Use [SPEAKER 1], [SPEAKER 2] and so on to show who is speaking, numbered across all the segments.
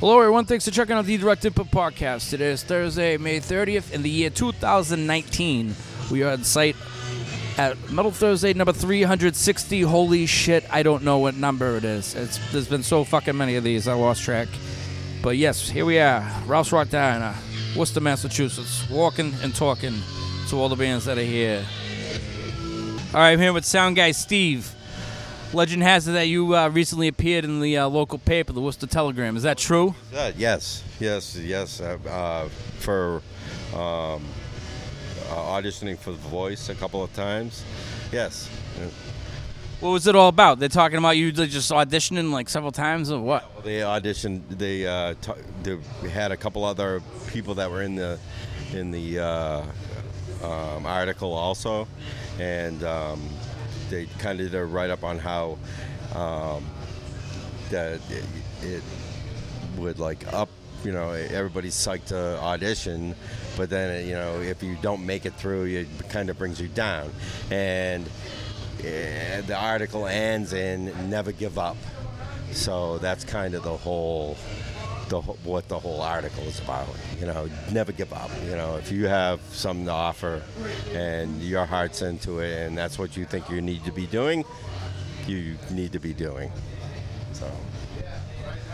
[SPEAKER 1] Hello, everyone. Thanks for checking out the Direct Input Podcast. Today is Thursday, May 30th, in the year 2019. We are on site at Metal Thursday number 360. Holy shit, I don't know what number it is. It's There's been so fucking many of these, I lost track. But yes, here we are, Ralph's Rock Diner, Worcester, Massachusetts, walking and talking to all the bands that are here. All right, I'm here with sound guy Steve. Legend has it that you uh, recently appeared in the uh, local paper, the Worcester Telegram. Is that true?
[SPEAKER 2] Uh, yes, yes, yes. Uh, uh, for um, uh, auditioning for the voice a couple of times. Yes. Uh,
[SPEAKER 1] What was it all about? They're talking about you like, just auditioning like several times or what?
[SPEAKER 2] They auditioned. They, uh, t- they had a couple other people that were in the in the uh, um, article also, and um, they kind of did a write up on how um, that it, it would like up. You know, everybody's psyched to audition, but then you know if you don't make it through, it kind of brings you down. And eh, the article ends in never give up. So that's kind of the whole, the wh- what the whole article is about. You know, never give up. You know, if you have something to offer, and your heart's into it, and that's what you think you need to be doing, you need to be doing. So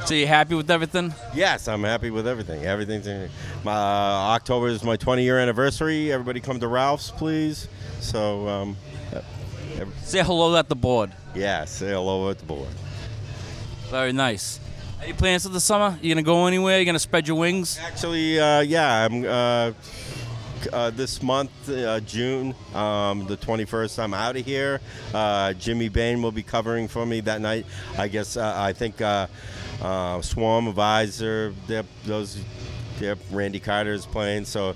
[SPEAKER 1] So you happy with everything?
[SPEAKER 2] yes, I'm happy with everything. Everything's in, my uh, October is my 20 year anniversary. Everybody come to Ralph's, please. So um, uh, ev-
[SPEAKER 1] Say hello at the board.
[SPEAKER 2] yeah, say hello at the board.
[SPEAKER 1] Very nice. Any plans for the summer? You gonna go anywhere? You gonna spread your wings?
[SPEAKER 2] Actually, uh, yeah, I'm uh, c- uh, this month, uh, June, um, the 21st. I'm out of here. Uh, Jimmy Bain will be covering for me that night. I guess uh, I think uh, uh, Swarm Advisor, they're, those, they're, Randy Carter is playing. So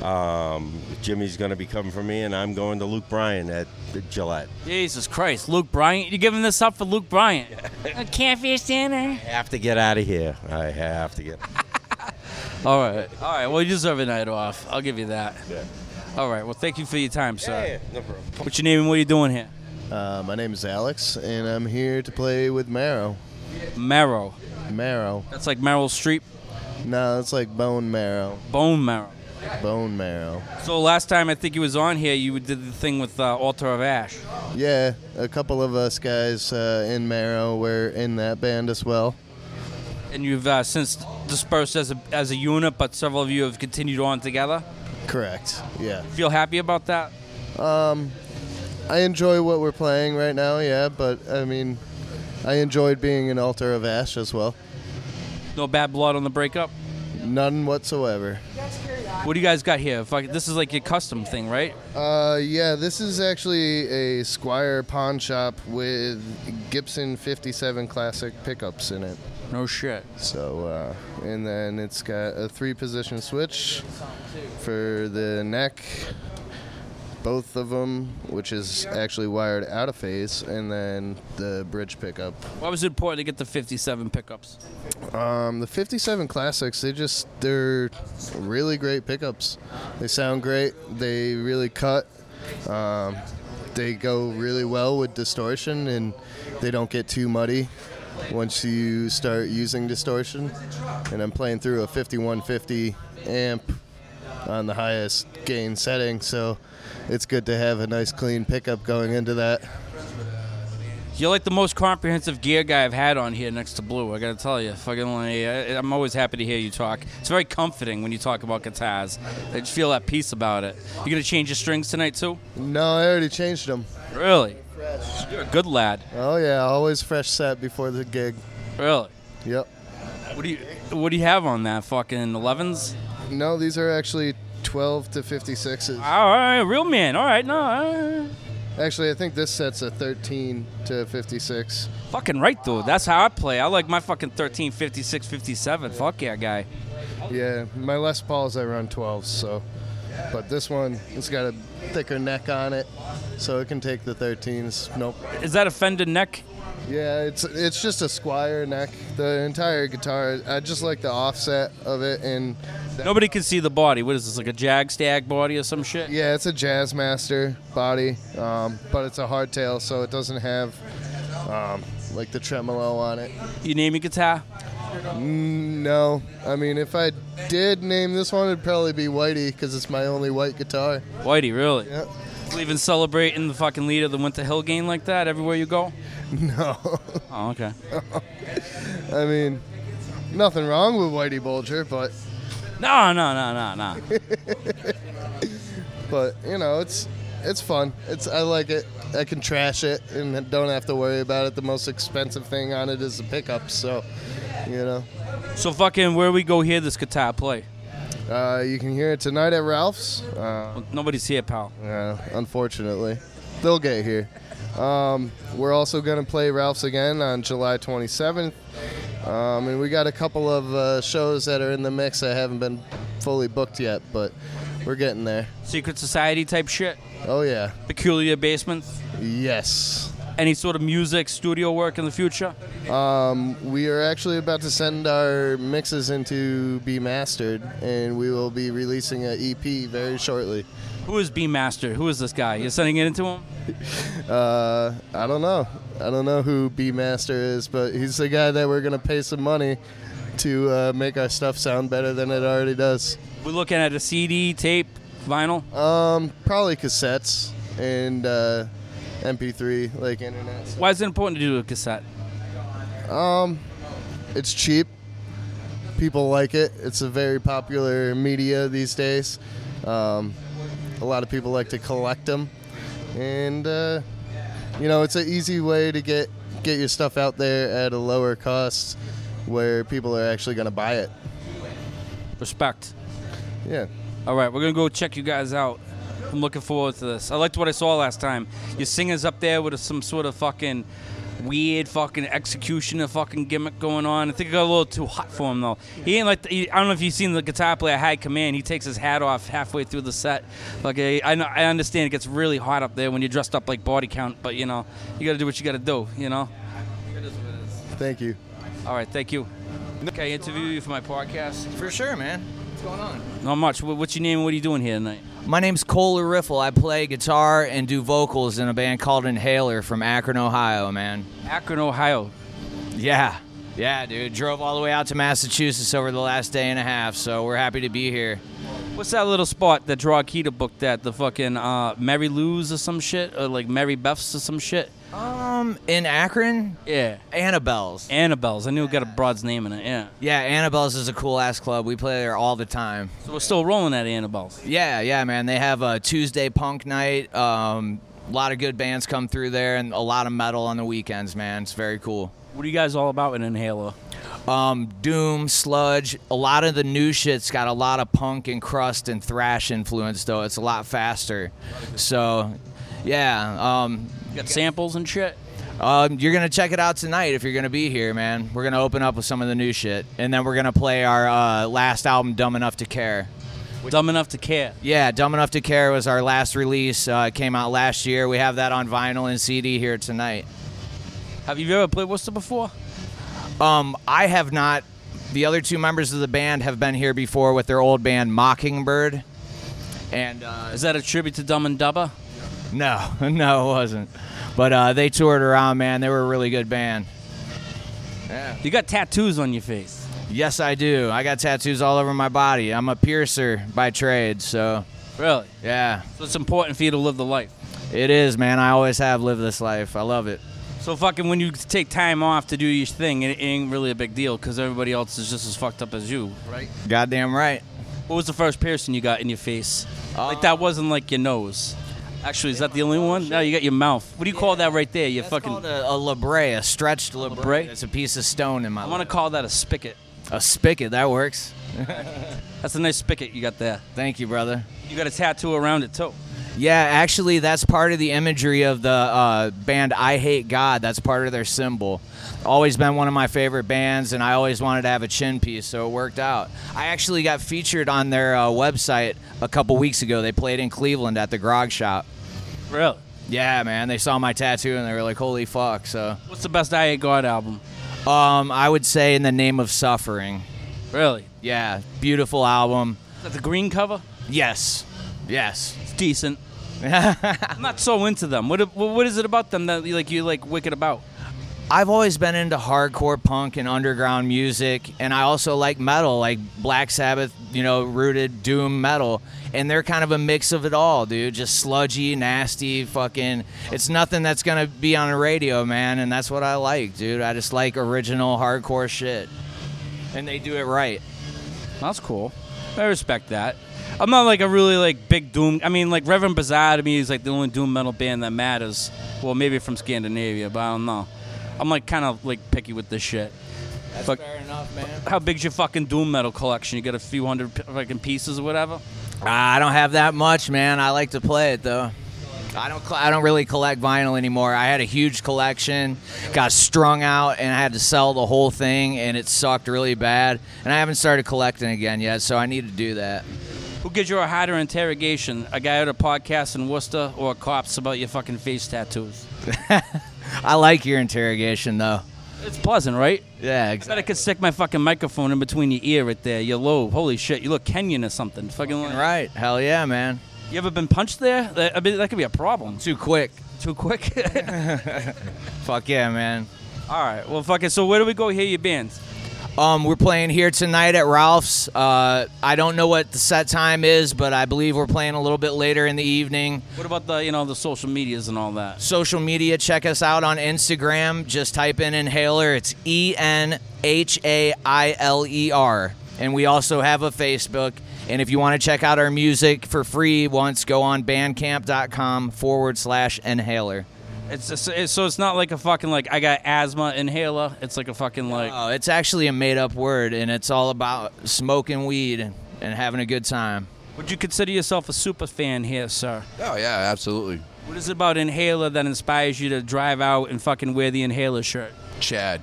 [SPEAKER 2] um, Jimmy's going to be covering for me, and I'm going to Luke Bryan at the Gillette
[SPEAKER 1] Jesus Christ, Luke Bryant! You giving this up for Luke Bryant?
[SPEAKER 3] A catfish dinner.
[SPEAKER 2] have to get out of here. I have to get.
[SPEAKER 1] All right, all right. Well, you deserve a night off. I'll give you that.
[SPEAKER 2] Yeah.
[SPEAKER 1] All right. Well, thank you for your time, sir.
[SPEAKER 2] no problem.
[SPEAKER 1] What's your name and what are you doing here?
[SPEAKER 4] Uh, my name is Alex, and I'm here to play with Marrow.
[SPEAKER 1] Marrow.
[SPEAKER 4] Marrow.
[SPEAKER 1] That's like Meryl Streep,
[SPEAKER 4] No, it's like bone marrow.
[SPEAKER 1] bone marrow.
[SPEAKER 4] Bone marrow.
[SPEAKER 1] So last time I think he was on here, you did the thing with uh, Altar of Ash.
[SPEAKER 4] Yeah, a couple of us guys uh, in Marrow were in that band as well.
[SPEAKER 1] and you've uh, since dispersed as a as a unit, but several of you have continued on together.
[SPEAKER 4] Correct. Yeah.
[SPEAKER 1] Feel happy about that?
[SPEAKER 4] Um, I enjoy what we're playing right now. Yeah, but I mean, I enjoyed being in Altar of Ash as well.
[SPEAKER 1] No bad blood on the breakup.
[SPEAKER 4] None whatsoever.
[SPEAKER 1] What do you guys got here? Fuck, this is like your custom thing, right?
[SPEAKER 4] Uh, yeah, this is actually a Squire pawn shop with Gibson 57 classic pickups in it.
[SPEAKER 1] No shit.
[SPEAKER 4] So, uh, and then it's got a three position switch for the neck, both of them, which is actually wired out of phase, and then the bridge pickup.
[SPEAKER 1] Why was it important to get the 57 pickups?
[SPEAKER 4] Um, the 57 Classics, they just, they're really great pickups. They sound great, they really cut. Um, they go really well with distortion and they don't get too muddy once you start using distortion. And I'm playing through a 5150 amp on the highest gain setting, so it's good to have a nice clean pickup going into that.
[SPEAKER 1] You're like the most comprehensive gear guy I've had on here next to Blue. I gotta tell you, fucking, like, I- I'm always happy to hear you talk. It's very comforting when you talk about guitars. I just feel at peace about it. You gonna change your strings tonight too?
[SPEAKER 4] No, I already changed them.
[SPEAKER 1] Really? You're a good lad.
[SPEAKER 4] Oh, yeah, always fresh set before the gig.
[SPEAKER 1] Really.
[SPEAKER 4] Yep.
[SPEAKER 1] What do you What do you have on that fucking 11s?
[SPEAKER 4] No, these are actually 12 to 56s.
[SPEAKER 1] All right, real man. All right, no, all right.
[SPEAKER 4] Actually, I think this set's a 13 to 56.
[SPEAKER 1] fucking right, dude. That's how I play. I like my fucking 13, 56, 57. Fuck yeah, guy.
[SPEAKER 4] Yeah, my Les Pauls I run 12s, so. But this one, it's got a thicker neck on it, so it can take the 13s. Nope.
[SPEAKER 1] Is that a Fender neck?
[SPEAKER 4] Yeah, it's it's just a Squire neck. The entire guitar, I just like the offset of it, and that-
[SPEAKER 1] Nobody can see the body. What is this, like a Jag Stag body or some shit?
[SPEAKER 4] yeah, it's a Jazzmaster body, um, but it's a hardtail, so it doesn't have um, like the tremolo on it.
[SPEAKER 1] You name your guitar?
[SPEAKER 4] No, I mean if I did name this one, it'd probably be Whitey because it's my only white guitar.
[SPEAKER 1] Whitey, really?
[SPEAKER 4] Yeah.
[SPEAKER 1] Even celebrating the fucking lead of the Winter Hill game like that everywhere you go?
[SPEAKER 4] No,
[SPEAKER 1] Oh, okay.
[SPEAKER 4] I mean nothing wrong with Whitey Bulger, but
[SPEAKER 1] No, no, no, no, no.
[SPEAKER 4] but you know it's it's fun. It's I like it. I can trash it and don't have to worry about it. The most expensive thing on it is the pickups, so you know.
[SPEAKER 1] So fucking where we go here, this guitar play.
[SPEAKER 4] Uh, you can hear it tonight at Ralph's. Uh,
[SPEAKER 1] Nobody's here, pal.
[SPEAKER 4] Yeah, unfortunately. They'll get here. Um, we're also going to play Ralph's again on July 27th. Um, and we got a couple of uh, shows that are in the mix that haven't been fully booked yet, but we're getting there.
[SPEAKER 1] Secret society type shit.
[SPEAKER 4] Oh, yeah.
[SPEAKER 1] Peculiar basements.
[SPEAKER 4] Yes.
[SPEAKER 1] Any sort of music studio work in the future.
[SPEAKER 4] Um, we are actually about to send our mixes into Be Mastered, and we will be releasing an EP very shortly.
[SPEAKER 1] Who is B Master? Who is this guy? You're sending it into him?
[SPEAKER 4] Uh, I don't know. I don't know who B Master is, but he's the guy that we're gonna pay some money to uh, make our stuff sound better than it already does.
[SPEAKER 1] We're looking at a CD, tape, vinyl.
[SPEAKER 4] Um, probably cassettes and uh, MP3, like internet. stuff.
[SPEAKER 1] Why is it important to do a cassette?
[SPEAKER 4] It's cheap. People like it. It's a very popular media these days. Um, a lot of people like to collect them, and uh, you know it's an easy way to get get your stuff out there at a lower cost, where people are actually going to buy it.
[SPEAKER 1] Respect.
[SPEAKER 4] Yeah.
[SPEAKER 1] All right, we're gonna go check you guys out. I'm looking forward to this. I liked what I saw last time. Your singer's up there with some sort of fucking weird fucking execution of fucking gimmick going on. I think it got a little too hot for him though. He ain't like the, he, I don't know if you've seen the guitar player High Command. He takes his hat off halfway through the set. Like I I, know, I understand it gets really hot up there when you're dressed up like body count, but you know you gotta do what you gotta do. You know.
[SPEAKER 4] Thank you.
[SPEAKER 1] All right, thank you. Nick, I interview you for my podcast.
[SPEAKER 5] For sure, man.
[SPEAKER 1] Not much. What- What's your name? What are you doing here tonight?
[SPEAKER 5] My name's Kohler Riffle. I play guitar and do vocals in a band called Inhaler from Akron, Ohio, man.
[SPEAKER 1] Akron, Ohio.
[SPEAKER 5] Yeah. Yeah, dude. Drove all the way out to Massachusetts over the last day and a half, so we're happy to be here.
[SPEAKER 1] What's that little spot that Draw Keita booked at? The fucking uh, Mary Lou's or some shit? Or like Mary Beth's or some shit?
[SPEAKER 5] Um, in Akron,
[SPEAKER 1] Yeah.
[SPEAKER 5] Annabelle's.
[SPEAKER 1] Annabelle's. I knew it got a broad's name in it, yeah.
[SPEAKER 5] Yeah, Annabelle's is a cool ass club. We play there all the time.
[SPEAKER 1] So we're still rolling at Annabelle's.
[SPEAKER 5] Yeah, yeah, man. They have a Tuesday punk night. Um, a lot of good bands come through there and a lot of metal on the weekends, man. It's very cool.
[SPEAKER 1] What are you guys all about in Inhaler?
[SPEAKER 5] Um, Doom, Sludge, a lot of the new shit's got a lot of punk and crust and thrash influence, though. It's a lot faster. So, yeah. Um,
[SPEAKER 1] You got samples and shit?
[SPEAKER 5] um, you're going to check it out tonight if you're going to be here, man. We're going to open up with some of the new shit. And then we're going to play our uh, last album, Dumb Enough to Care.
[SPEAKER 1] Dumb enough to care.
[SPEAKER 5] Yeah, Dumb Enough to Care was our last release. Uh, it came out last year. We have that on vinyl and CD here tonight.
[SPEAKER 1] Have you ever played Worcester before?
[SPEAKER 5] Um, I have not. The other two members of the band have been here before with their old band Mockingbird. And uh,
[SPEAKER 1] Is that a tribute to Dumb and Dubber?
[SPEAKER 5] no, no, it wasn't. But uh, they toured around, man. They were a really good band.
[SPEAKER 1] You got tattoos on your face.
[SPEAKER 5] Yes, I do. I got tattoos all over my body. I'm a piercer by trade, so
[SPEAKER 1] Really?
[SPEAKER 5] yeah,
[SPEAKER 1] So it's important for you to live the life.
[SPEAKER 5] it is, man. I always have lived this life. I love it.
[SPEAKER 1] So fucking when you take time off to do your thing, it ain't really a big deal because everybody else is just as fucked up as you.
[SPEAKER 5] Goddamn right.
[SPEAKER 1] What was the first piercing you got in your face? like
[SPEAKER 5] Um,
[SPEAKER 1] that wasn't like your nose. Actually, is that the only one? No, you got your mouth. What do you call that right there? You
[SPEAKER 5] That's
[SPEAKER 1] fucking.
[SPEAKER 5] called a, a labrea, stretched labrea.
[SPEAKER 1] Labrae?
[SPEAKER 5] It's a piece of stone in my.
[SPEAKER 1] I want to
[SPEAKER 5] lip.
[SPEAKER 1] call that a spigot.
[SPEAKER 5] a spigot. That works.
[SPEAKER 1] That's a nice spigot you got there.
[SPEAKER 5] Thank you, brother.
[SPEAKER 1] You got a tattoo around it too.
[SPEAKER 5] Yeah, actually, that's part of the imagery of the uh, band I Hate God. That's part of their symbol. Always been one of my favorite bands, and I always wanted to have a chin piece, so it worked out. I actually got featured on their uh, website a couple weeks ago. They played in Cleveland at the Grog Shop.
[SPEAKER 1] Really?
[SPEAKER 5] Yeah, man, they saw my tattoo and they were like, "Holy fuck!" So,
[SPEAKER 1] What's the best I Hate God album?
[SPEAKER 5] um, I would say "In the Name of Suffering."
[SPEAKER 1] Really?
[SPEAKER 5] Yeah, beautiful album.
[SPEAKER 1] Is that the green cover?
[SPEAKER 5] Yes, yes.
[SPEAKER 1] It's decent. I'm not so into them. What what is it about them that like you like wicked about?
[SPEAKER 5] I've always been into hardcore punk and underground music, and I also like metal, like Black Sabbath, you know, rooted doom metal. And they're kind of a mix of it all, dude. Just sludgy, nasty, fucking. It's nothing that's gonna be on the radio, man. And that's what I like, dude. I just like original hardcore shit, and they do it right.
[SPEAKER 1] That's cool. I respect that. I'm not like a really like big doom. I mean, like Reverend Bazaar to me is like the only doom metal band that matters. Well, maybe from Scandinavia, but I don't know. I'm like kind of like picky with this shit.
[SPEAKER 5] That's
[SPEAKER 1] Fuck.
[SPEAKER 5] fair enough, man.
[SPEAKER 1] How big's your fucking doom metal collection? You got a few hundred p- fucking pieces or whatever.
[SPEAKER 5] I don't have that much, man. I like to play it though. I don't. cl- I don't really collect vinyl anymore. I had a huge collection, got strung out, and I had to sell the whole thing, and it sucked really bad. And I haven't started collecting again yet, so I need to do that.
[SPEAKER 1] Who gives you a hotter interrogation? A guy at a podcast in Worcester or cops about your fucking face tattoos?
[SPEAKER 5] I like your interrogation though.
[SPEAKER 1] It's pleasant, right?
[SPEAKER 5] Yeah,
[SPEAKER 1] I
[SPEAKER 5] ex-
[SPEAKER 1] bet I could stick my fucking microphone in between your ear right there. Your lobe. Holy shit, you look Kenyan or something. Fucking, like-
[SPEAKER 5] right. Hell yeah, man.
[SPEAKER 1] You ever been punched there? That, I mean, that could be a problem.
[SPEAKER 5] Too quick.
[SPEAKER 1] Too quick.
[SPEAKER 5] Fuck yeah, man.
[SPEAKER 1] All right. Well, fuck it. So where do we go hear your bands?
[SPEAKER 5] Um, we're playing here tonight at Ralph's. Uh, I don't know what the set time is, but I believe we're playing a little bit later in the evening.
[SPEAKER 1] What about the you know the social medias and all that?
[SPEAKER 5] social media. Check us out on Instagram. Just type in inhaler. It's E N H A I L E R. And we also have a Facebook. And if you want to check out our music for free once, go on bandcamp.com forward slash inhaler.
[SPEAKER 1] It's, it's, it's so it's not like a fucking like I got asthma inhaler. It's like a fucking like
[SPEAKER 5] Oh, it's actually a made up word, and it's all about smoking weed and having a good time.
[SPEAKER 1] Would you consider yourself a super fan here, sir?
[SPEAKER 6] Oh yeah, absolutely.
[SPEAKER 1] What is it about inhaler that inspires you to drive out and fucking wear the inhaler shirt?
[SPEAKER 6] Chad,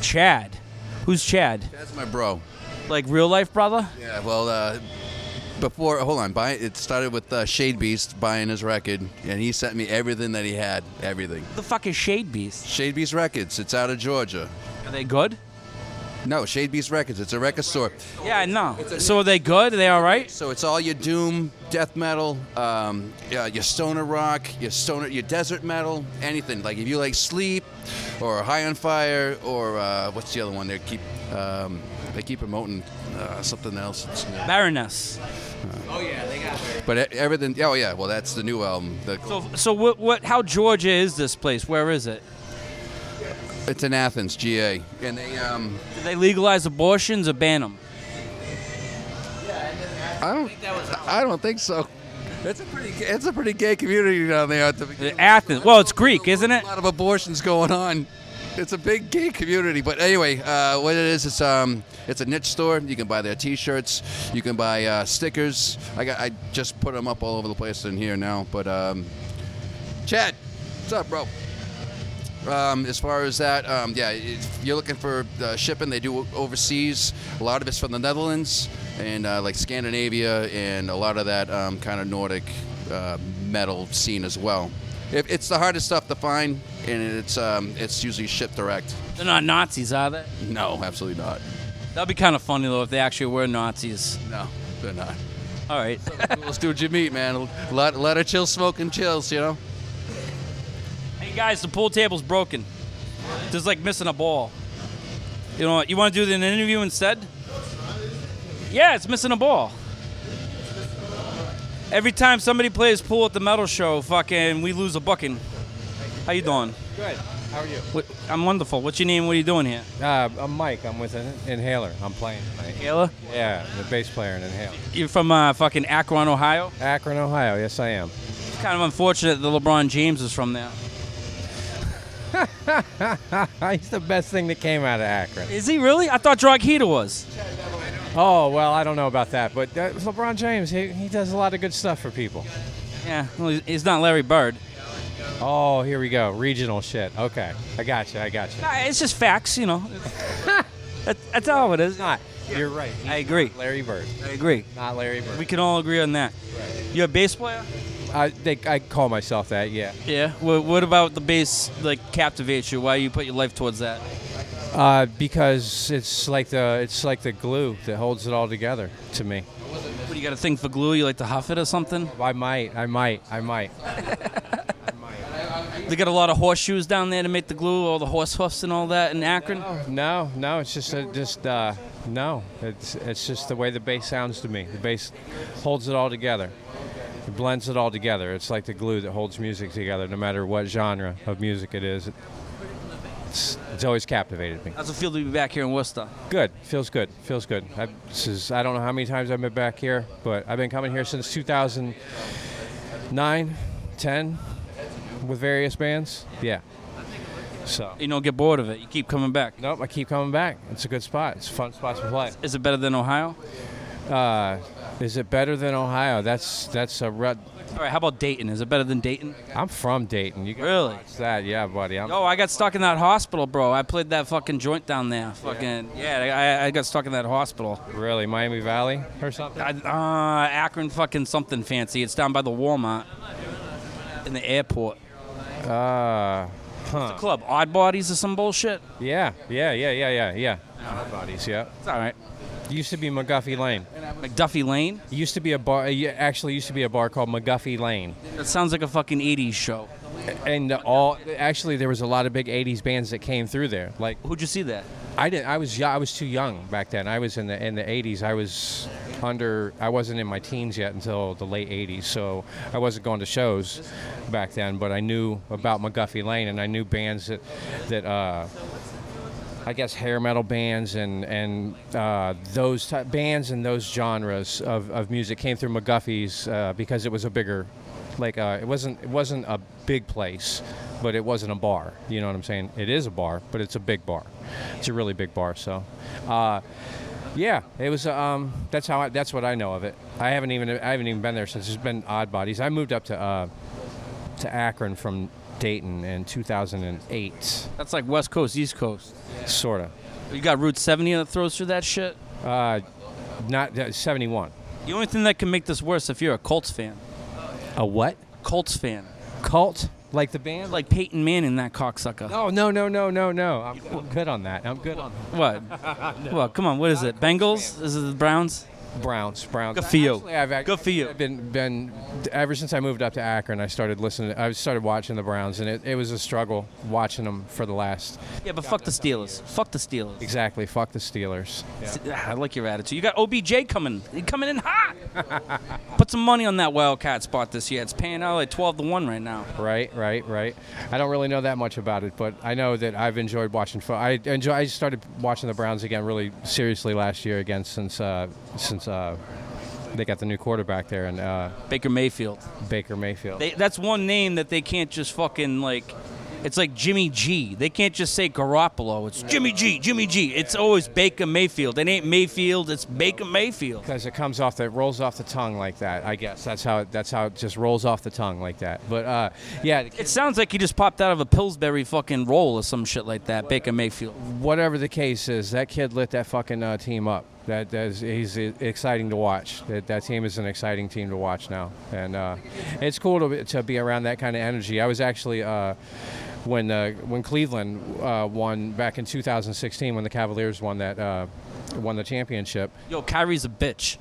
[SPEAKER 1] Chad, who's Chad?
[SPEAKER 6] that's my bro.
[SPEAKER 1] Like real life brother?
[SPEAKER 6] Yeah. Well, uh, before hold on, buy it started with uh, Shade Beast buying his record, and he sent me everything that he had, everything.
[SPEAKER 1] What the fuck is Shade Beast?
[SPEAKER 6] Shade Beast Records. It's out of Georgia.
[SPEAKER 1] Are they good?
[SPEAKER 6] No, Shade Beast Records. It's a record store.
[SPEAKER 1] Yeah, no. So are they good? Are they all right?
[SPEAKER 6] So it's all your doom, death metal, um, yeah, your stoner rock, your stoner, your desert metal, anything. Like if you like Sleep, or High on Fire, or uh, what's the other one? They keep um, they keep promoting uh, something else. It's-
[SPEAKER 1] Baroness.
[SPEAKER 6] But e- everything. Oh yeah. Well, that's the new album. The,
[SPEAKER 1] So so what what how Georgia is this place? Where is it?
[SPEAKER 6] it's in Athens, GA, and they. Um,
[SPEAKER 1] Did they legalize abortions or ban them?
[SPEAKER 6] I don't. I don't think so. It's a pretty. It's a pretty gay community down there. At the beginning.
[SPEAKER 1] Uh, Athens. Well, it's Greek, isn't it?
[SPEAKER 6] A lot of abortions going on. It's a big gay community, but anyway, uh, what it is, it's um, it's a niche store. You can buy their T-shirts, you can buy uh, stickers. I got, I just put them up all over the place in here now. But um, Chad, what's up, bro? Um, as far as that, um, yeah, if you're looking for uh, shipping, they do overseas. A lot of it's from the Netherlands and uh, like Scandinavia and a lot of that um, kind of Nordic uh, metal scene as well. It, it's the hardest stuff to find, and it's um, it's usually shipped direct.
[SPEAKER 1] They're not Nazis, are they?
[SPEAKER 6] No, absolutely not.
[SPEAKER 1] That'd be kind of funny though if they actually were Nazis.
[SPEAKER 6] No, they're not.
[SPEAKER 1] All right.
[SPEAKER 6] Let's do what you meet, man. A lot, a lot of chill smoking chills, you know.
[SPEAKER 1] Hey guys, the pool table's broken. Just like missing a ball. You know what? You want to do an interview instead? Yeah, it's missing a ball. Every time somebody plays pool at the metal show, fucking, we lose a booking. How you doing? Good. How are you? What, I'm wonderful. What's your name? What are you doing here?
[SPEAKER 7] Uh, I'm Mike. I'm with an inhaler. I'm playing tonight.
[SPEAKER 1] Kayla?
[SPEAKER 7] Yeah, the bass player in inhaler.
[SPEAKER 1] You're from uh, fucking Akron, Ohio.
[SPEAKER 7] Akron, Ohio. Yes, I am.
[SPEAKER 1] It's kind of unfortunate that LeBron James is from there.
[SPEAKER 7] Ah, He's the best thing that came out of Akron.
[SPEAKER 1] Is he really? I thought Drogheda was.
[SPEAKER 7] Oh well, I don't know about that, but uh, LeBron James, he, he does a lot of good stuff for people.
[SPEAKER 1] Yeah, well, he- he's not Larry Bird.
[SPEAKER 7] Oh, here we go. Regional shit. Okay, I got you. I got you.
[SPEAKER 1] Nah, It's just facts, you know. that, that's all it is.
[SPEAKER 7] Not. You're right. He's
[SPEAKER 1] I agree.
[SPEAKER 7] Larry Bird.
[SPEAKER 1] I agree.
[SPEAKER 7] Not Larry Bird.
[SPEAKER 1] We can all agree on that. You're a bass player?
[SPEAKER 7] I they, I call myself that. Yeah.
[SPEAKER 1] Yeah. What, what about the bass like captivates you? Why you put your life towards that?
[SPEAKER 7] Uh, because it's like the it's like the glue that holds it all together to me.
[SPEAKER 1] What, you got a thing for glue? You like to huff it or something?
[SPEAKER 7] I might. I might. I might.
[SPEAKER 1] They got a lot of horseshoes down there to make the glue, all the horse hoofs and all that in Akron.
[SPEAKER 7] No, no, it's just uh, just uh, no. It's it's just the way the bass sounds to me. The bass holds it all together. It blends it all together. It's like the glue that holds music together, no matter what genre of music it is. It's, it's always captivated me.
[SPEAKER 1] How's it feel to be back here in Worcester?
[SPEAKER 7] Good. Feels good. Feels good. I, this is, I don't know how many times I've been back here, but I've been coming here since 2009, 10, with various bands. Yeah. So.
[SPEAKER 1] You don't get bored of it. You keep coming back.
[SPEAKER 7] Nope, I keep coming back. It's a good spot. It's a fun spot to play.
[SPEAKER 1] Is it better than Ohio?
[SPEAKER 7] Uh, is it better than Ohio? That's that's a red.
[SPEAKER 1] All right, how about Dayton? Is it better than Dayton?
[SPEAKER 7] I'm from Dayton. You gotta
[SPEAKER 1] Really?
[SPEAKER 7] watch that? Yeah, buddy. I'm,
[SPEAKER 1] Oh, I got stuck in that hospital, bro. I played that fucking joint down there. Fucking yeah, I, I got stuck in that hospital.
[SPEAKER 7] Really, Miami Valley or something?
[SPEAKER 1] I, uh, Akron, fucking something fancy. It's down by the Walmart in the airport.
[SPEAKER 7] Uh, huh.
[SPEAKER 1] Club Odd Bodies or some bullshit.
[SPEAKER 7] Yeah, yeah, yeah, yeah, yeah, yeah. Hot Bodies. Yeah.
[SPEAKER 1] It's all right.
[SPEAKER 7] Used to be McGuffey Lane.
[SPEAKER 1] McDuffie Lane.
[SPEAKER 7] It used to be a bar. it Actually, used to be a bar called McGuffey Lane.
[SPEAKER 1] That sounds like a fucking '80s show.
[SPEAKER 7] And all actually, there was a lot of big '80s bands that came through there. Like
[SPEAKER 1] Who'd you see there?
[SPEAKER 7] I didn't. I was yo- I was too young back then. I was in the in the 80s. I was under. I wasn't in my teens yet until the late 80s. So I wasn't going to shows back then. But I knew about McGuffey Lane, and I knew bands that that. Uh, I guess hair metal bands and and uh, those ty bands and those genres of, of music came through McGuffey's uh, because it was a bigger, like uh, it wasn't it wasn't a big place, but it wasn't a bar. You know what I'm saying? It is a bar, but it's a big bar. It's a really big bar. So, uh, yeah, it was. Um, that's how I, that's what I know of it. I haven't even I haven't even been there since. It's been Odd Bodies. I moved up to uh, to Akron from Dayton in 2008,
[SPEAKER 1] That's like West Coast, East Coast.
[SPEAKER 7] sort of.
[SPEAKER 1] You got Route 70 that throws through that shit.
[SPEAKER 7] Uh, not uh, 71.
[SPEAKER 1] The only thing that can make this worse if you're a Colts fan.
[SPEAKER 7] A what?
[SPEAKER 1] Colts fan.
[SPEAKER 7] Cult? Like the band?
[SPEAKER 1] Like Peyton Manning, that cocksucker.
[SPEAKER 7] Oh no no no no no! I'm, I'm good on that. I'm good on
[SPEAKER 1] What? Well, come on. What is it? Bengals? Is it the Browns?
[SPEAKER 7] that. Browns. Browns.
[SPEAKER 1] Good for you.
[SPEAKER 7] Actually, I've act-
[SPEAKER 1] Good for you.
[SPEAKER 7] I've been been ever since I moved up to Akron. I started listening. I started watching the Browns, and it, it was a struggle watching them for the last.
[SPEAKER 1] Yeah, but fuck the Steelers. Fuck the Steelers.
[SPEAKER 7] Exactly. Fuck the Steelers.
[SPEAKER 1] Ah, I like your attitude. You got OBJ coming. He coming in hot. Put some money on that Wildcat spot this year. It's paying out like 12 to 1 right now.
[SPEAKER 7] Right, right, right. I don't really know that much about it, but I know that I've enjoyed watching. Fo- I enjoy. I started watching the Browns again really seriously last year again since uh, since uh, they got the new quarterback there and uh,
[SPEAKER 1] Baker Mayfield.
[SPEAKER 7] Baker Mayfield.
[SPEAKER 1] They, that's one name that they can't just fucking like. It's like Jimmy G. They can't just say Garoppolo. It's Jimmy G, Jimmy G. It's always Baker Mayfield. It ain't Mayfield, it's Baker Mayfield.
[SPEAKER 7] because it comes off the it rolls off the tongue like that. I guess that's how it, that's how it just rolls off the tongue like that. But uh, yeah, the kid-
[SPEAKER 1] It sounds like he just popped out of a Pillsbury fucking roll or some shit like that, Baker Mayfield.
[SPEAKER 7] whatever the case is, that kid lit that fucking uh, team up. That, that is, he's uh, exciting to watch. That, that team is an exciting team to watch now, and uh, it's cool to, be- to be around that kind of energy. I was actually uh, when uh, when Cleveland uh, won back in 2016 when the Cavaliers won that uh, won the championship.
[SPEAKER 1] Yo, Kyrie's a bitch.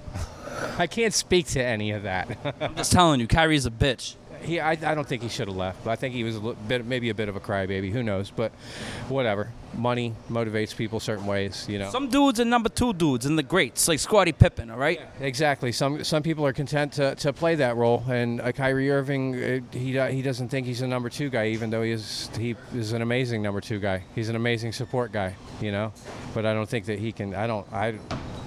[SPEAKER 7] I can't speak to any of that.
[SPEAKER 1] I'm just telling you, Kyrie's a bitch.
[SPEAKER 7] He, I, I don't think he should have left. But I think he was a little bit, maybe a bit of a crybaby. Who knows? But whatever. Money motivates people certain ways, you know.
[SPEAKER 1] Some dudes are number two dudes in the greats, like Squatty Pippen, all right?
[SPEAKER 7] exactly. Some some people are content to, to play that role, and uh, Kyrie Irving, uh, he do- he doesn't think he's a number two guy, even though he is he is an amazing number two guy. He's an amazing support guy, you know. But I don't think that he can. I don't. I.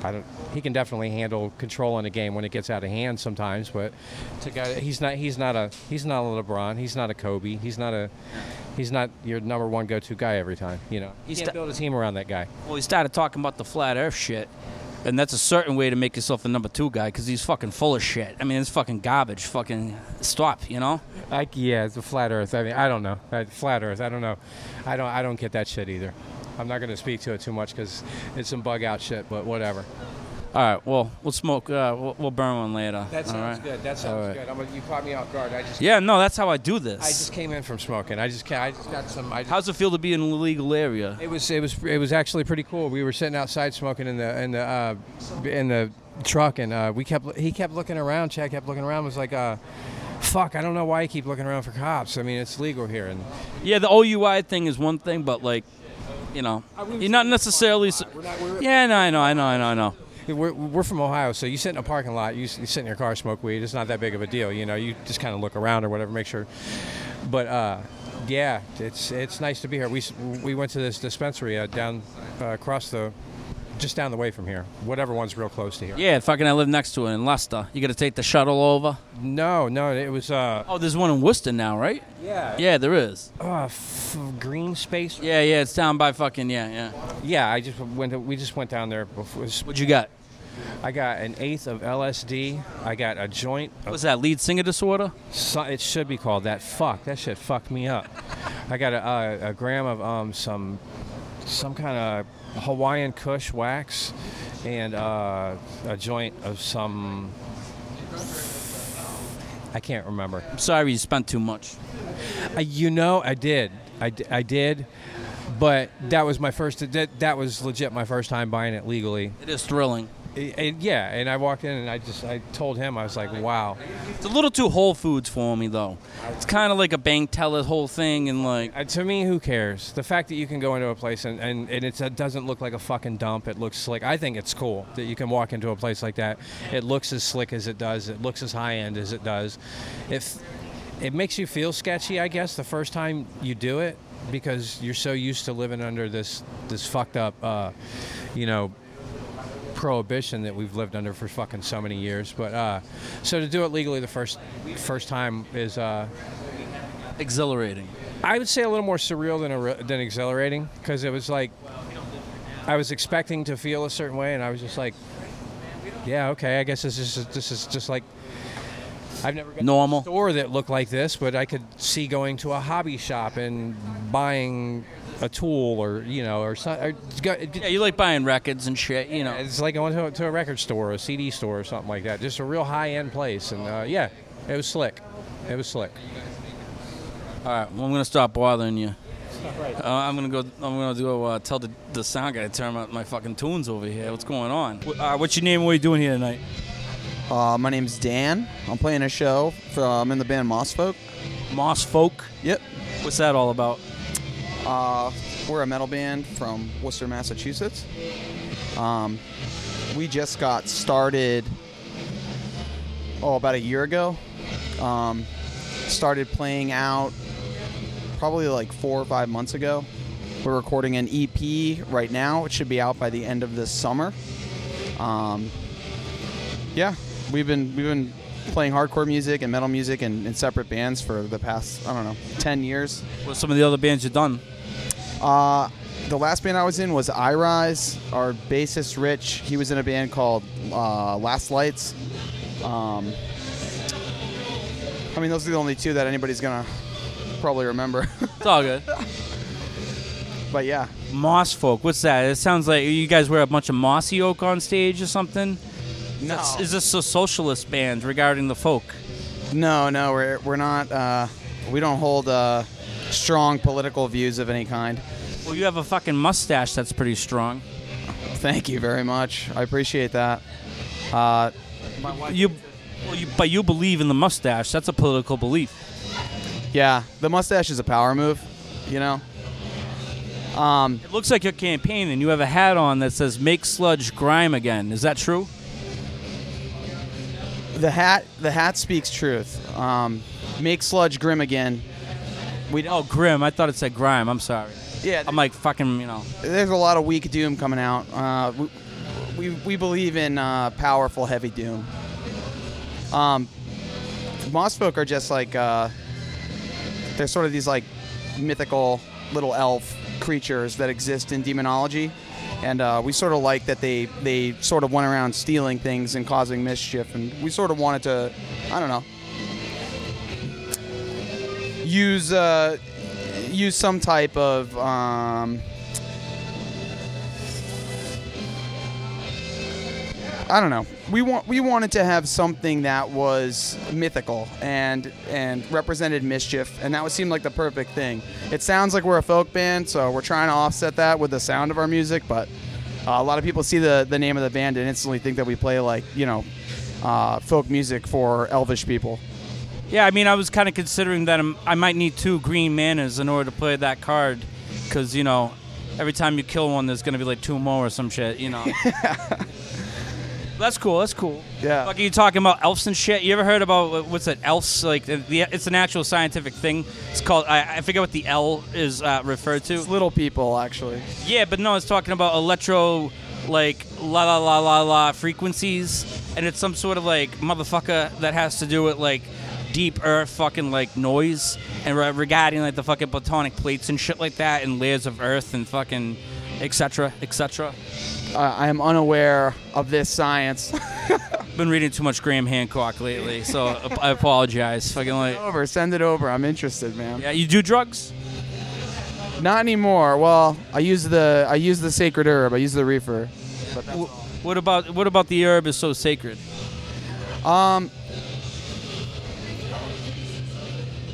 [SPEAKER 7] I don't, he can definitely handle controlling a game when it gets out of hand sometimes, but to guy, he's not he's not a he's not a LeBron, he's not a Kobe, he's not a he's not your number one go-to guy every time. You know, you
[SPEAKER 1] He's
[SPEAKER 7] can't
[SPEAKER 1] the-
[SPEAKER 7] build a team around that guy.
[SPEAKER 1] Well, he started talking about the flat earth shit. And that's a certain way to make yourself a number two guy because he's fucking full of shit. I mean, it's fucking garbage. Fucking stop, you know?
[SPEAKER 7] Like yeah, it's a flat Earth. I mean, I don't know. Uh, Flat Earth. I don't know. I don't. I don't get that shit either. I'm not going to speak to it too much because it's some bug out shit. But whatever.
[SPEAKER 1] All right, well, we'll smoke. Uh, we'll, we'll burn one later. all right?
[SPEAKER 7] good. That sounds good. I'm gonna, you caught me off guard. I just.
[SPEAKER 1] Yeah, no, that's how I do this.
[SPEAKER 7] I just came in from smoking. I just. ca- I just got some. I just,
[SPEAKER 1] How's it feel to be in an illegal area?
[SPEAKER 7] It was it was it was actually pretty cool. We were sitting outside smoking in the in the uh, in the truck, and uh, we kept he kept looking around. Chad kept looking around. Was like, uh, fuck, I don't know why I keep looking around for cops. I mean, it's legal here. And
[SPEAKER 1] Yeah, the OUI thing is one thing, but like, you know, you're not necessarily. s yeah, no, I know, I know, I know, I know.
[SPEAKER 7] we're, we're from Ohio, so you sit in a parking lot, you, s- you sit in your car, smoke weed. It's not that big of a deal, you know. You just kind of look around or whatever, make sure. But uh, yeah, it's it's nice to be here. We s- we went to this dispensary uh, down uh, across the, just down the way from here. Whatever one's real close to here.
[SPEAKER 1] Yeah, fucking, I live next to it in Leicester. You got to take the shuttle over.
[SPEAKER 7] No, no, it was uh,
[SPEAKER 1] Oh, there's one in Worcester now, right?
[SPEAKER 7] yeah,
[SPEAKER 1] Yeah, there is.
[SPEAKER 7] uh, f- green space.
[SPEAKER 1] Yeah, yeah, it's down by fucking yeah, yeah.
[SPEAKER 7] Yeah, I just went. To, we just went down there before.
[SPEAKER 1] What you got?
[SPEAKER 7] I got an eighth of LSD. I got a joint. Of
[SPEAKER 1] What's that? Lead singer disorder?
[SPEAKER 7] So, it should be called that. Fuck, that shit fucked me up. I got a, a, a gram of um, some some kind of Hawaiian Kush wax and uh, a joint of some. I can't remember.
[SPEAKER 1] I'm sorry, you spent too much.
[SPEAKER 7] I, you know, I did. I, d- I did. But that was my first. That, that was legit my first time buying it legally.
[SPEAKER 1] It is thrilling.
[SPEAKER 7] I- I- yeah, and I walked in and I just I told him I was like, wow.
[SPEAKER 1] It's a little too Whole Foods for me though. It's kind of like a bank teller whole thing, and like
[SPEAKER 7] Uh, to me, who cares? The fact that you can go into a place and, and, and it's, it doesn't look like a fucking dump. It looks slick. I think it's cool that you can walk into a place like that. It looks as slick as it does. It looks as high end as it does. If it makes you feel sketchy, I guess, the first time you do it because you're so used to living under this this fucked up, uh, you know, prohibition that we've lived under for fucking so many years. But uh, so to do it legally the first first time is. Uh,
[SPEAKER 1] exhilarating.
[SPEAKER 7] I would say a little more surreal than a, than exhilarating because it was like I was expecting to feel a certain way, and I was just like, yeah, okay, I guess this is this is just like I've never been
[SPEAKER 1] Normal.
[SPEAKER 7] to a store that looked like this, but I could see going to a hobby shop and buying a tool or you know or, so- or go-
[SPEAKER 1] Yeah, you like buying records and shit, you know.
[SPEAKER 7] it's like going to a, to a record store, a CD store, or something like that. Just a real high end place, and uh, yeah, it was slick. It was slick.
[SPEAKER 1] All right, well, I'm gonna stop bothering you. Uh, I'm gonna go. I'm gonna go uh, tell the, the sound guy to turn out my fucking tunes over here. What's going on? Wh- Uh, what's your name? What are you doing here tonight?
[SPEAKER 8] Uh, my name's Dan. I'm playing a show. For, uh, I'm in the band Moss Folk.
[SPEAKER 1] Moss Folk.
[SPEAKER 8] Yep.
[SPEAKER 1] What's that all about?
[SPEAKER 8] Uh, we're a metal band from Worcester, Massachusetts. Um, we just got started, oh, about a year ago. Um, started playing out probably like four or five months ago. We're recording an EP right now. It should be out by the end of this summer. Um, yeah, we've been we've been playing hardcore music and metal music in, in separate bands for the past I don't know ten years.
[SPEAKER 1] What's some of the other bands you've done?
[SPEAKER 8] Uh, the last band I was in was I Rise. Our bassist Rich, he was in a band called uh, Last Lights. Um, I mean, those are the only two that anybody's gonna probably remember.
[SPEAKER 1] It's all good.
[SPEAKER 8] but yeah,
[SPEAKER 1] Moss folk. What's that? It sounds like you guys wear a bunch of mossy oak on stage or something.
[SPEAKER 8] no,
[SPEAKER 1] That's- Is this a socialist band regarding the folk?
[SPEAKER 8] no, no, we're we're not. Uh, we don't hold uh, strong political views of any kind.
[SPEAKER 1] Well, you have a fucking mustache that's pretty strong.
[SPEAKER 8] Thank you very much. I appreciate that. Uh,
[SPEAKER 1] You, well, you, but you believe in the mustache. That's a political belief.
[SPEAKER 8] yeah, the mustache is a power move, you know. Um,
[SPEAKER 1] It looks like you're campaigning. You have a hat on that says "Make Sludge Grime Again." Is that true?
[SPEAKER 8] The hat, the hat speaks truth. Um, make sludge grim again. We
[SPEAKER 1] Oh,
[SPEAKER 8] don't.
[SPEAKER 1] grim. I thought it said grime. I'm sorry.
[SPEAKER 8] Yeah,
[SPEAKER 1] I'm like fucking. You know.
[SPEAKER 8] there's a lot of weak doom coming out. Uh, we, we, we believe in uh, powerful heavy doom. Um, Moss folk are just like uh, they're sort of these like mythical little elf creatures that exist in demonology, and uh, we sort of like that they they sort of went around stealing things and causing mischief, and we sort of wanted to, I don't know, use uh, use some type of. Um, I don't know. We want we wanted to have something that was mythical and and represented mischief, and that would seem like the perfect thing. It sounds like we're a folk band, so we're trying to offset that with the sound of our music. But uh, a lot of people see the the name of the band and instantly think that we play like you know uh, folk music for elvish people.
[SPEAKER 1] Yeah, I mean, I was kind of considering that I'm, I might need two green manas in order to play that card, because you know, every time you kill one, there's gonna be like two more or some shit, you know. that's cool. That's cool.
[SPEAKER 8] Yeah.
[SPEAKER 1] Like, are you talking about elves and shit? You ever heard about what's that? Elves, like the, the- it's an actual scientific thing. It's called. I, I forget what the L is uh, referred to.
[SPEAKER 8] It's little people, actually.
[SPEAKER 1] Yeah, but no, it's talking about electro, like la la la la la frequencies, and it's some sort of like motherfucker that has to do with like deep earth fucking like noise and re- regarding like the fucking platonic plates and shit like that and layers of earth and fucking etc etc
[SPEAKER 8] Uh, I am unaware of this science.
[SPEAKER 1] i've been reading too much graham hancock lately so I- i apologize fucking like
[SPEAKER 8] over, send it over. I'm interested, man.
[SPEAKER 1] yeah you do drugs
[SPEAKER 8] Not anymore. Well, I use the I use the sacred herb. I use the reefer.
[SPEAKER 1] what about what about the herb is so sacred
[SPEAKER 8] Um,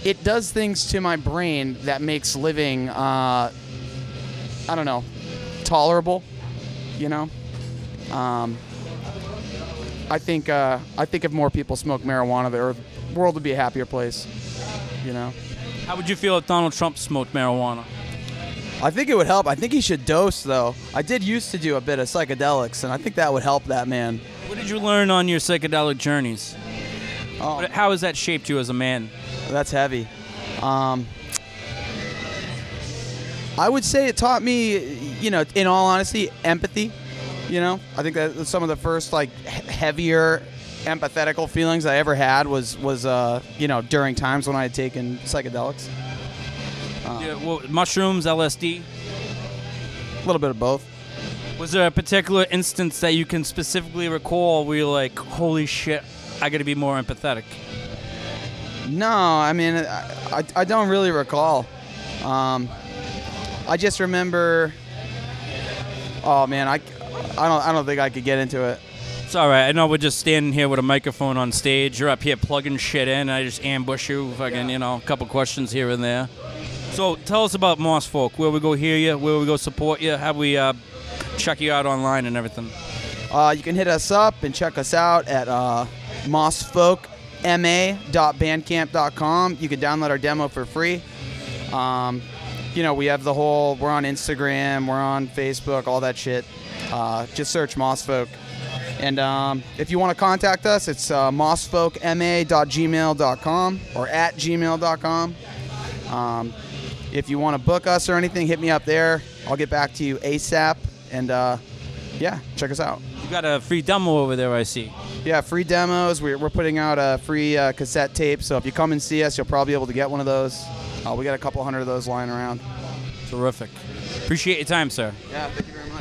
[SPEAKER 8] it does things to my brain that makes living, uh, I don't know, tolerable. You know, um, I think uh, I think if more people smoked marijuana, the earth, world would be a happier place. You know,
[SPEAKER 1] how would you feel if donald trump smoked marijuana
[SPEAKER 8] I think it would help. I think he should dose though. I did used to do a bit of psychedelics, and I think that would help that man.
[SPEAKER 1] What did you learn on your psychedelic journeys?
[SPEAKER 8] Oh.
[SPEAKER 1] How has that shaped you as a man?
[SPEAKER 8] That's heavy. Um, I would say it taught me, you know, in all honesty, empathy. You know, I think that some of the first like he- heavier, empathetical feelings I ever had was was uh, you know during times when I had taken psychedelics.
[SPEAKER 1] Yeah, well, mushrooms, LSD.
[SPEAKER 8] A little bit of both.
[SPEAKER 1] Was there a particular instance that you can specifically recall where you're like, holy shit, I gotta be more empathetic?
[SPEAKER 8] No, I mean, I, I, I don't really recall. Um, I just remember. Oh man, I, I don't I don't think I could get into it.
[SPEAKER 1] It's alright, I know we're just standing here with a microphone on stage. You're up here plugging shit in, and I just ambush you, fucking, you know, a couple questions here and there. So tell us about Moss Folk, where we go hear you, where we go support you, how we uh, check you out online and everything.
[SPEAKER 8] Uh, you can hit us up and check us out at uh, mossfolkma.bandcamp.com. You can download our demo for free. Um, you know, we have the whole, we're on Instagram, we're on Facebook, all that shit. Uh, just search Mossfolk. And um, if you want to contact us, it's uh, mossfolkma.gmail.com or at gmail.com. Um, if you want to book us or anything, hit me up there. I'll get back to you ASAP. And uh, yeah, check us out.
[SPEAKER 1] You got a free demo over there, I see.
[SPEAKER 8] Yeah, free demos. We're, we're putting out a free uh, cassette tape, so if you come and see us, you'll probably be able to get one of those. Uh, we got a couple hundred of those lying around.
[SPEAKER 1] Terrific. Appreciate your time, sir.
[SPEAKER 8] Yeah, thank you very much.